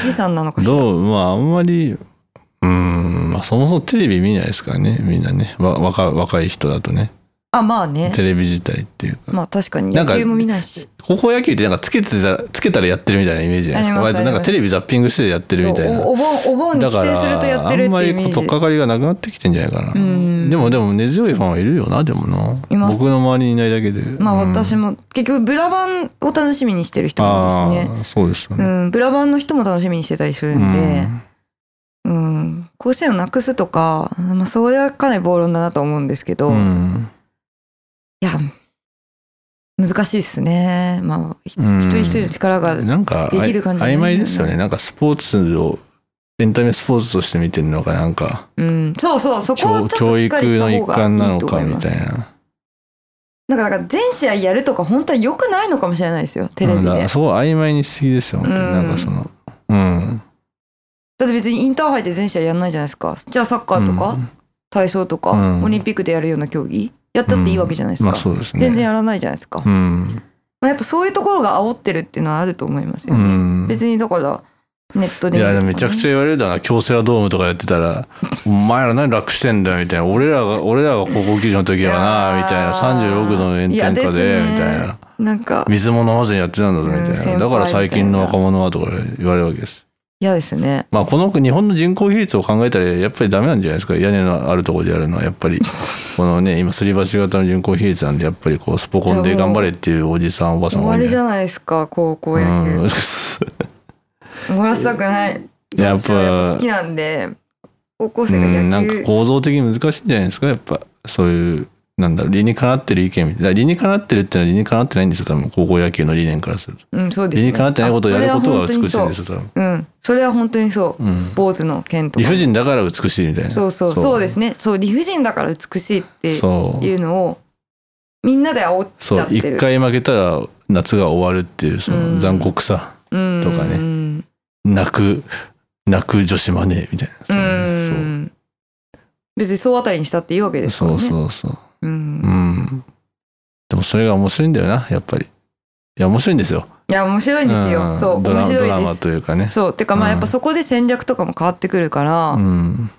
おじさんなのかしらどう、まあ、あんまり、うん、まあ、そもそもテレビ見ないですからね、みんなね。わ若若い人だとね。あまあねテレビ自体っていうか。まあ確かになん野か球も見ないし高校野球ってなんかつけてた、つけたらやってるみたいなイメージじゃないですか。あり割ますとなんかテレビザッピングしてやってるみたいな。おお盆お盆にだ帰か省するとやら、ってあるっんまていうりイメこう取ーっジかかりがなくなってきてんじゃないかな。うんでもでも根強いファンはいるよな、でもいまな。す僕の周りにいないだけで。まあうん私も結局ブラバンを楽しみにしてる人もいるしねああそうですようね。んブラバンの人も楽しみにしてたりするんでうん甲子園をなくすとかまあそれはかなり暴論だなと思うんですけど、うんいや難しいですねまあひうん一人一人の力がなんかできる感じじゃな曖いんだよな昧ですよね。なんかスポーツをエンタメスポーツとして見てるのかなんかうん、そうそう、そこを教ちょっと教しっか育りしたの方一が環ないいのと思かいみます。たいな。なんか、なんか全試合やるとか、本当は良くないのかもしれないですよ、テレうビんで。だからだそう曖昧にしすぎですよ。本当になんかそのうん。って別にインターハイで全試合やんないじゃないですか。じゃあサッカーとか、うん体操とか、うんオリンピックでやるような競技、やったっていいわけじゃないですか。まあそうですね。全然やらないじゃないですか。まうん。あ、やっぱそういうところが煽ってるっていうのはあると思いますようね。ん。別にだから、ネットいで見るやとかね、めちゃくちゃ言われるだな京セラドームとかやってたら「お前ら何楽してんだよ」みたいな「俺らが俺らが高校球児の時はいやーな」みたいな「36度の炎天下いやで」ですねみたいななん「か水も飲まずにやってたんだぞ」みたいうん先輩な「だから最近の若者は」とか言われるわけです。嫌ですね。まあこの日本の人口比率を考えたらやっぱりダメなんじゃないですか屋根のあるところでやるのはやっぱりこのね今すり鉢型の人口比率なんでやっぱりこうスポコンで頑張れっていうおじさんおばさん終わ多いんりじじゃゃないですか、高校ない野球。うん終わらせたくない。やっ私はぱ好きなんで、高校生がうん、な野ん球、か構造的に難しいんじゃないですかやっぱそういうなんだろう理にかなってる意見みたいな理にかなってるってのは理にかなってないんですよ多分高校野球の理念からすると、うん、そうで理す、ね。にかなってないことをやることがあそれは美しいん本当でにすそよ多分、う。うん、それは本当にそう。うん、坊主の剣と理か。不尽だから美しいみたいなそうそう、そうですね。そう、理不尽だから美しいっていそううのを、みんなで煽っちそゃうってる。一回負けたら夏が終わるっていうそうんの残酷さ、うん、とかねうん。泣く泣く女子マネーみたいなそうね別に総当たりにしたっていいわけですそからうね。そうそうそうう。うんんでもそれが面白いんだよなやっぱりいや面白いんですよいや、面白いんですよ。んそう、ドラ面ド白ラいマでとす。いうかねそう、てかまあやっぱそこで戦略とかも変わってくるからう、ん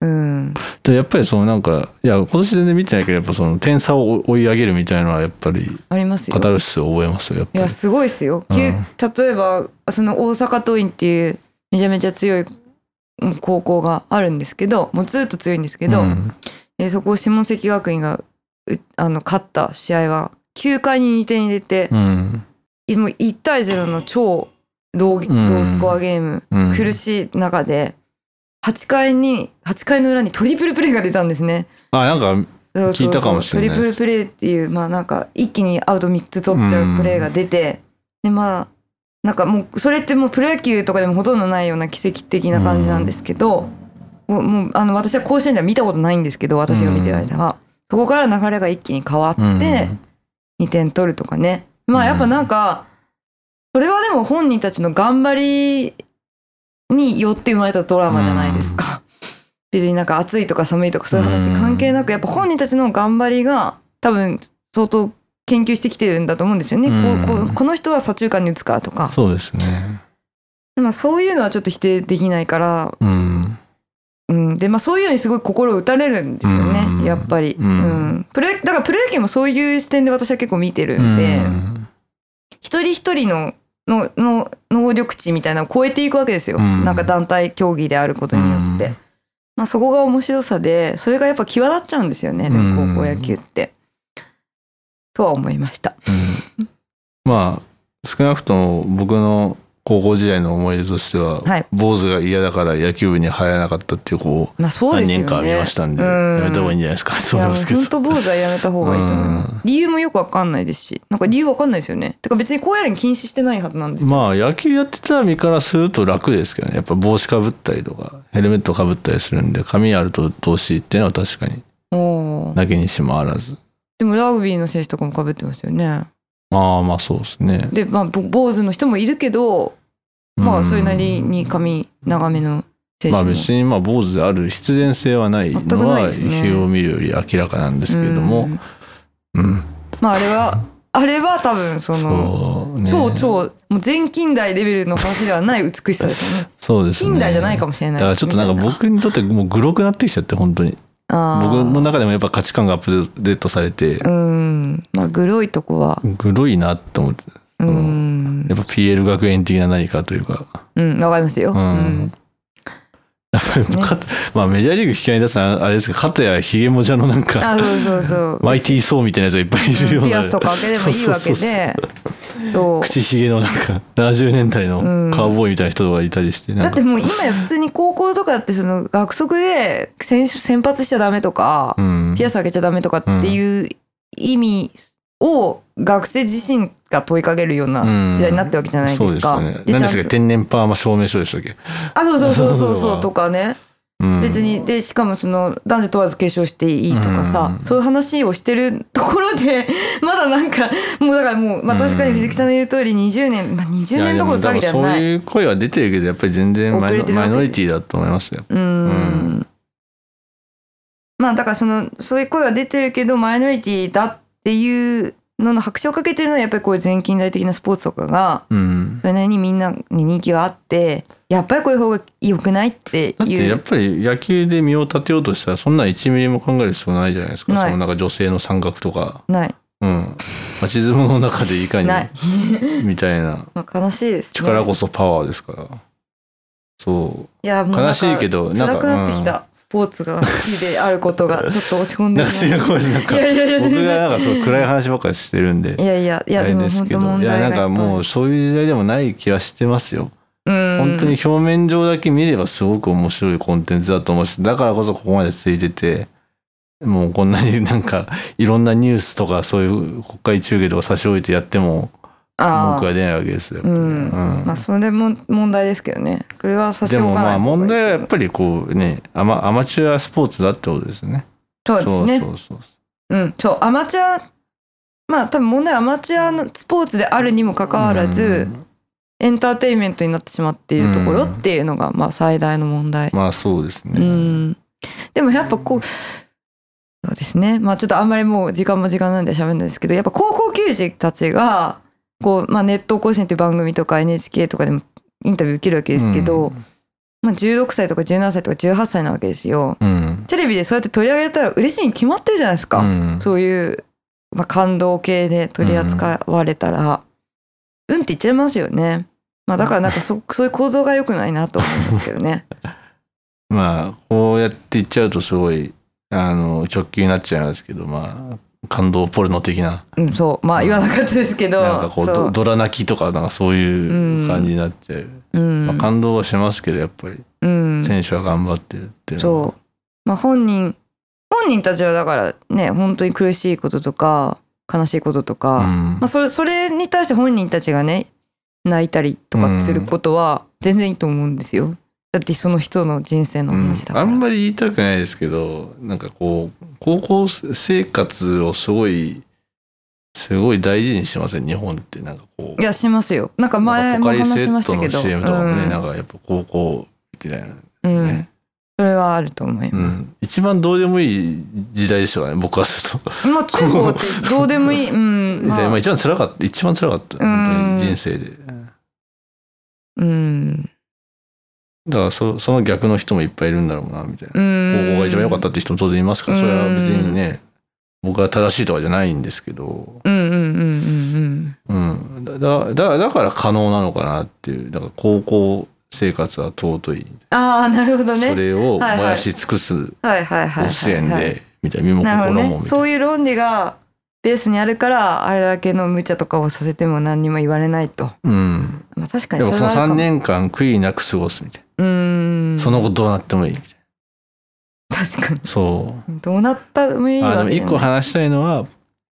うん。でやっぱりそのなんかいや今年全然見てないけどやっぱその点差を追い上げるみたいなのはやっぱりありますよカ。タルシスを覚えますよやっいぱやり。すごいですよ、うんきゅ例えばその大阪桐蔭っていうめちゃめちゃ強いうん高校があるんですけどもうずっと強いんですけど、うんえーそこを下関学院がうあの勝った試合は9回に2点入れて、うんもう1対0の超ローうんロースコアゲーム、うん、苦しい中で8回に8回の裏にトリプルプレーが出たんですね。あなんかそうそうそう聞いたかもしれないトリプルプレーっていうまあなんか一気にアウト3つ取っちゃうプレーが出て、でまあなんかもうそれってもうプロ野球とかでもほとんどないような奇跡的な感じなんですけど、もうもうあの私は甲子園では見たことないんですけど私が見てる間は、そこから流れが一気に変わってうん2点取るとかねまあやっぱなんかそれはでも本人たちの頑張りによって生まれたドラマじゃないですか。別になんか暑いとか寒いとかそういう話関係なくやっぱ本人たちの頑張りが多分相当研究してきてるんだと思うんですよね。うんこうこうこの人は左中間に打つかとか、そうですね。まあ、そういうのはちょっと否定できないから、うんうん、でまあそういうのにすごい心打たれるんですよね、うんやっぱり、ううんんプロ野だからプロ野球もそういう視点で私は結構見てるんで、うん一人一人ののの能力値みたいなのを超えていくわけですよ、うんなんか団体競技であることによって、うんまあ、そこが面白さでそれがやっぱ際立っちゃうんですよねでもうん高校野球って。とは思いました。まあ少なくとも僕の高校時代の思い出としては、はい坊主が嫌だから野球部に入らなかったっていう子をまあそうで何すよね。人か見ましたんでうんやめた方がいいんじゃないですか <laughs> と思いますけいどや本当坊主はやめた方がいいと思いますうん理由もよくわかんないですしなんか理由わかんないですよねてか別に高野連禁止してないはずなんですよ、まあ野球やってた身からすると楽ですけどねやっぱ帽子かぶったりとかヘルメットかぶったりするんで髪あると鬱陶しいっていうのは確かにおーなきにしもあらずでもラグビーの選手とかもかぶってますよねまあまあそうですねでまあぼ坊主の人もいるけどまあそれなりに髪長めの選手まも、あ別にまあ坊主である必然性はない全くのないはですね日を見るより明らかなんですけれどうもんうんまああれは <laughs> あれは多分そのそうね超超もう全近代レベルの話ではない美しさですよねそうですね近代じゃないかもしれなだいからちょっとなんか僕にとってもうグロくなってきちゃって本当に僕の僕中でもやっぱ価値観がアップデートされてうんまあグロいとこはグロいなと思ってうのんやっぱ PL 学園的な何かというかうん、わかりますよ。ううんん。やっぱりそうですねかまあメジャーリーグ引き合いに出すのはあれですけど肩やひげもじゃのなんかあ、そうそう <laughs> そう。マイティー・ソーみたいなやつがいっぱいいるよううんなピアスとか開ければいいわけそうそうで。そう。口ひげのなんか70年代のうんカウボーイみたいな人がいたりしてなだんっかてもう今や普通に高校とかってその学則で先先発しちゃダメとか、うんピアス開けちゃダメとかっていう意味を学生自身が問いかけるような時代になってるわけじゃないですそか。うですよね何でしたっけちゃんと天然パーマ証明書でしたっけ、あ、そうそうそうそうそうそそううとかね。うん別にでしかもその男女問わず継承していいとかさ、うんそういう話をしてるところで <laughs> まだなんかもうだからもう、まあ、確かに藤木さんの言う通り20年、まあ、20年どころだけいでやはでも多分なそうい。いう声は出てるけどやっぱり全然マイ遅れノてるわマけイノリティだと思いますようーんまあだからそのそういう声は出てるけどマイノリティだっていうのの拍手をかけてるのはやっぱりこういう全近代的なスポーツとかがうんそれなりにみんなに人気があってやっぱりこういう方が良くないってだっていやっうぱり野球で身を立てようとしたらそんなん1ミリも考える必要ないじゃないですかないそのなんか女性の山岳とかないうんマチズムの中でいかにない、 <laughs> みたいなまあ、悲しいですね。力こそパワーですから、そいやもう悲しいけどなんなかんか辛くなってきた、スポーツが好きであることがちょっと落ち込んう <laughs> でなんるかすいませんごめんなさいなんかいやいやいや全僕然がなんかそう暗い話ばっかりしてるんでいやいやいあやでれもです本け当ど問いや題がなんかもうそういう時代でもない気はしてますよ本本当に表面上だけ見ればすごく面白いコンテンツだと思うしだからこそここまでついててもうこんなになんかいろんなニュースとかそういう国会中継とか差し置いてやっても文句あは出ないわけですよ。うんうんあまあそれも問題ですけどねそれは差しで置もかまなあい問題はやっぱりこうねアマアマチュアスポーツだってことですね。そうですねそうそううんそうアマチュアまあ多分問題はアマチュアのスポーツであるにもかかわらず、うんエンターテインメントになってしまっているところっていうのが、まあ最大の問題まあそうですね。うん、でもやっぱこうそうですねまあちょっとあんまりもう時間も時間なんで喋るんないですけどやっぱ高校球児たちがこう、まあ、ネット甲子園っていう番組とか NHK とかでもインタビュー受けるわけですけど、まあ、16歳とか17歳とか18歳なわけですよ。うん。テレビでそうやって取り上げたら嬉しいに決まってるじゃないですか。うんそういう、まあ、感動系で取り扱われたら、うん、って言っちゃいますよね。まあ、だからなんかそそういう構造が良くないなと思いますけどね。まあこうやっていっちゃうとすごいあの直球になっちゃいますけどまあ感動ポルノ的な。うん、そうまあ言わなかったですけど、なんかこうそドドラ泣きとかなんかそういう感じになっちゃう、うん、まあ、感動はしますけどやっぱりうん、選手は頑張ってるっていうのはそうまあ本人本人たちはだからね本当に苦しいこととか悲しいこととか、うんまあそれそれに対して本人たちがね泣いたりとかすることは全然いいと思うんですよ。だってその人の人生のうん話だかあら。んまり言いたくないですけどなんかこう高校生活をすごいすごい大事にしません日本ってなんかこういやしますよ。なんかな前んかポもカリ話セしまッしたトけのど、 CM とかもね、うんなんかやっぱ高校みたいな、うんねそれはあると思いますう。ん、一番どうでもいい時代でしたからね僕はすると、まあ中高ってどうでもいい、うん、<laughs> までまああ、一番辛かった一番辛かった本当に人生で、うん、だからそその逆の人もいっぱいいるんだろうなみたいなう、ん、高校が一番良かったって人も当然いますからそれは別にね僕が正しいとかじゃないんですけど、うんうんうんうんうん。うん、だだだだから可能なのかなっていうだから高校生活は尊い、ああなるほどそね。れをはいは燃いやし尽くすはいはいはいはい、はい。甲子園でみたいな身もなるほど心もね。みたそいういう論理がベースにあるからあれだけの無茶とかをさせても何にも言われないと、うん。まあ、確かでにもれそのはあ3るかも年間悔いなく過ごすみたいな。うーんその後どうなってもいいみたい確かな。にそう。どうなったもいいあでわもけ一よね個話したいのは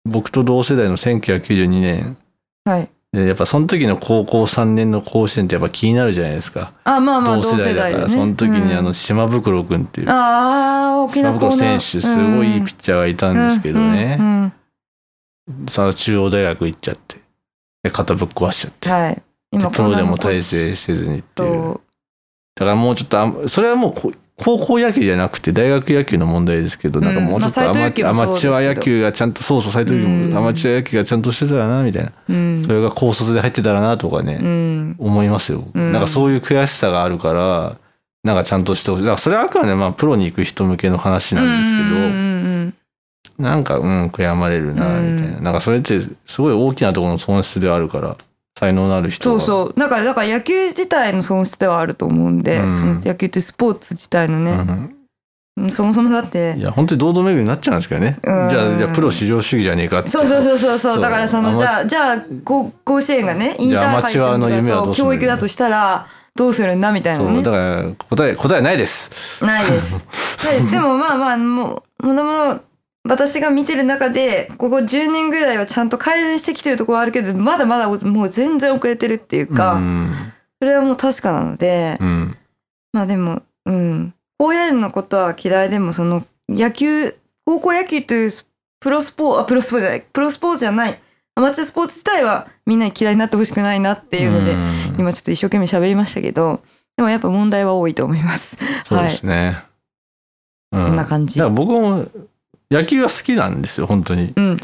僕と同世代の1992年はいでやっぱその時の高校3年の甲子園ってやっぱ気になるじゃないですか、あまあまあ同同世世代代だからだねその時にあうのん島袋くんっていう、あー沖島縄袋選手すごいいいピッチャーがいたんですけどね、うんうんうんさあ中央大学行っちゃってで肩ぶっ壊しちゃって、はいでプロでも大大成せずにっていうだからもうちょっとあんそれはもうこ高校野球じゃなくて大学野球の問題ですけど、なんかもうちょっとアまあマ,、斎藤佑樹もそうアマチュア野球がちゃんとそうそう斎藤佑樹うんもアマチュア野球がちゃんとしてたらなみたいな、うんそれが高卒で入ってたらなとかね、うん思いますよ、うんなんかそういう悔しさがあるからなんかちゃんとしてほしいだからそれはあくまでまあプロに行く人向けの話なんですけど、うんなんかうん悔やまれるなみたいな、なんかそれってすごい大きなところの損失ではあるから才能のある人そはうそうだからだから野球自体の損失ではあると思うんで、うんその野球ってスポーツ自体のね、ううんそもそもだってんいや本当に堂々巡りになっちゃうんですけどね、うんじゃあじゃあプロ至上主義じゃねえかってそうそうそうそうそうそうだからそアのマじゃあじゃあご甲子園がねインじターハイゃあアマチュアの夢はどうするんだよ教育だとしたらどうするんだみたいなそうねだから答え答えないです。な <laughs> いですないですでもまあまあもうものも私が見てる中でここ10年ぐらいはちゃんと改善してきてるところはあるけどまだまだもう全然遅れてるっていうか、うんそれはもう確かなので、うんまあでも、うん。高野連のことは嫌いでも、その野球、高校野球というスプロスポーあ、プロスポーツじゃない、プロスポーツじゃない、アマチュアスポーツ自体はみんなに嫌いになってほしくないなっていうので、ん今ちょっと一生懸命喋りましたけど、でもやっぱ問題は多いと思います。そうですね。うんこんな感じだから僕も野球が好きなんですよ本当に。うん。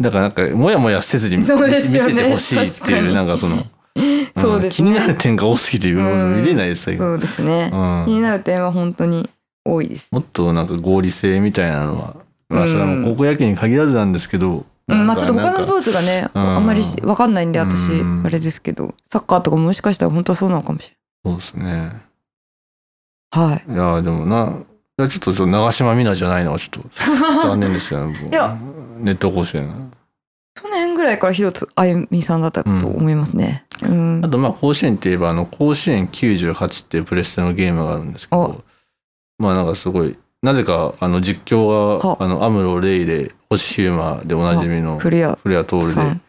だからなんかもやもやせずに見,、そうです見よねせてほしいって確かいうになん <laughs> かその、んそうですね気になる点が多すぎてうん見れないですけど、そうですね。うん気になる点は本当に多いです。もっとなんか合理性みたいなのは、まうあ、んそれはもう高校野球に限らずなんですけど、うん、まあちょっとな他んかのスポーツがね、うんあんまりしわかんないんで私、うんあれですけど、サッカーとかもしかしたら本当はそうなのかもしそうですね。れない。はい。いやでもな。いやちょっとちょっと長島みなじゃないのはちょっと <laughs> 残念ですよね。僕いやネット甲子園。去年ぐらいから広津あゆみさんだったと思いますね。うん。あとまあ甲子園って言えばあの甲子園98っていうプレステのゲームがあるんですけど、まあなんかすごいなぜかあの実況はがあのアムロレイで星ヒューマーでおなじみのフ古レア谷徹さでん。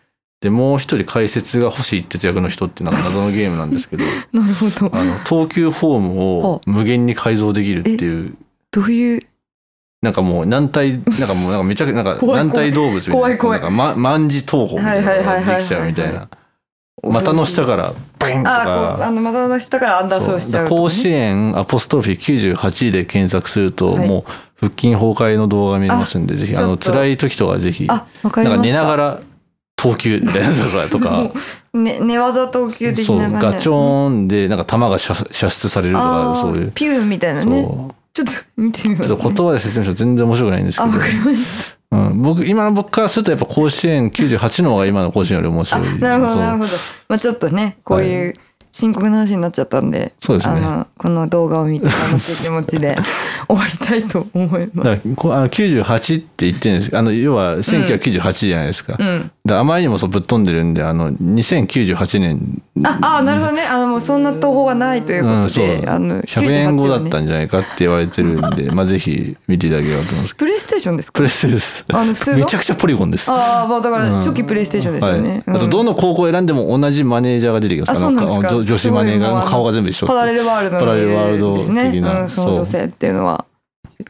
でもう一人解説が星一徹役の人っていうなんか謎のゲームなん <laughs> ですけどなるほど。あの投球フォームを無限に改造できるっていうどういう、なんかもう軟体、なんかもうなんかめちゃくちゃ、なんか怖い怖い軟体動物みたいな。怖い怖いなんか、ま、万事投法みたいなのができちゃうみたいな。股の下ら。から、バンとあ、こう、あか。の、股の下からアンダーそソうーしちゃうだとかね。甲子園アポストロフィー98で検索すると、はいもう腹筋崩壊の動画見れますんで、ぜひ、ちょあっとの、辛い時とかぜひ、なんあ、わかりまかした。寝ながら。ら投球みたいなのとか、ね、寝技投球的そう、な感ガじ。チョーンで、なんか球が射射出されるとあか、ーそういう。ピューみたいなね。そう。ちょっと見てみますちょっとね。言葉で説明したら全然面白くないんですけあ、どわ。かりましうた。ん、僕今の僕からするとやっぱ甲子園98の方が今の甲子園より面白いなるほそど、うなるほど。まあちょっとね、こういう深刻な話になっちゃったんで、そうですねあの、この動画を見て楽しい気持 <laughs> ちで終わりたいと思いまだす。からこうあの98って言ってるんですあの要は1998じゃないですか,、だうかん。らあまりにもそうぶっ飛んでるんであの2098年ああなるほどねあのもうそんな東宝がないというこうとん、そうで、あの100年後だっ98たねんじゃないかって言われてるんでまあぜひ見ていただければと思いますプレイステーションですプかレステですあの普通のめちゃくちゃポリゴンですああまあだから初期プレイステーションですよね、はい、あとどんの高校を選んでも同じマネージャーが出てきますあそうなんですかの女女子マネージャーの顔が全部一緒パラレルワールドパラのレルワールドですね、的なうん、そのそう女性っていうのは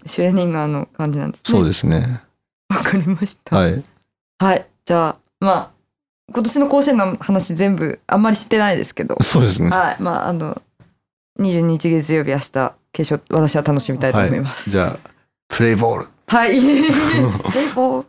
シュレーニンガーの感じなんですねそうですねわかりましたはい、はいじゃあまあ今年の甲子園の話全部あんまりしてないですけどそうですねはいまああの22日月曜日明日決勝私は楽しみたいと思いま <laughs> す <laughs> じゃあ、プレイボール。はい。レイボー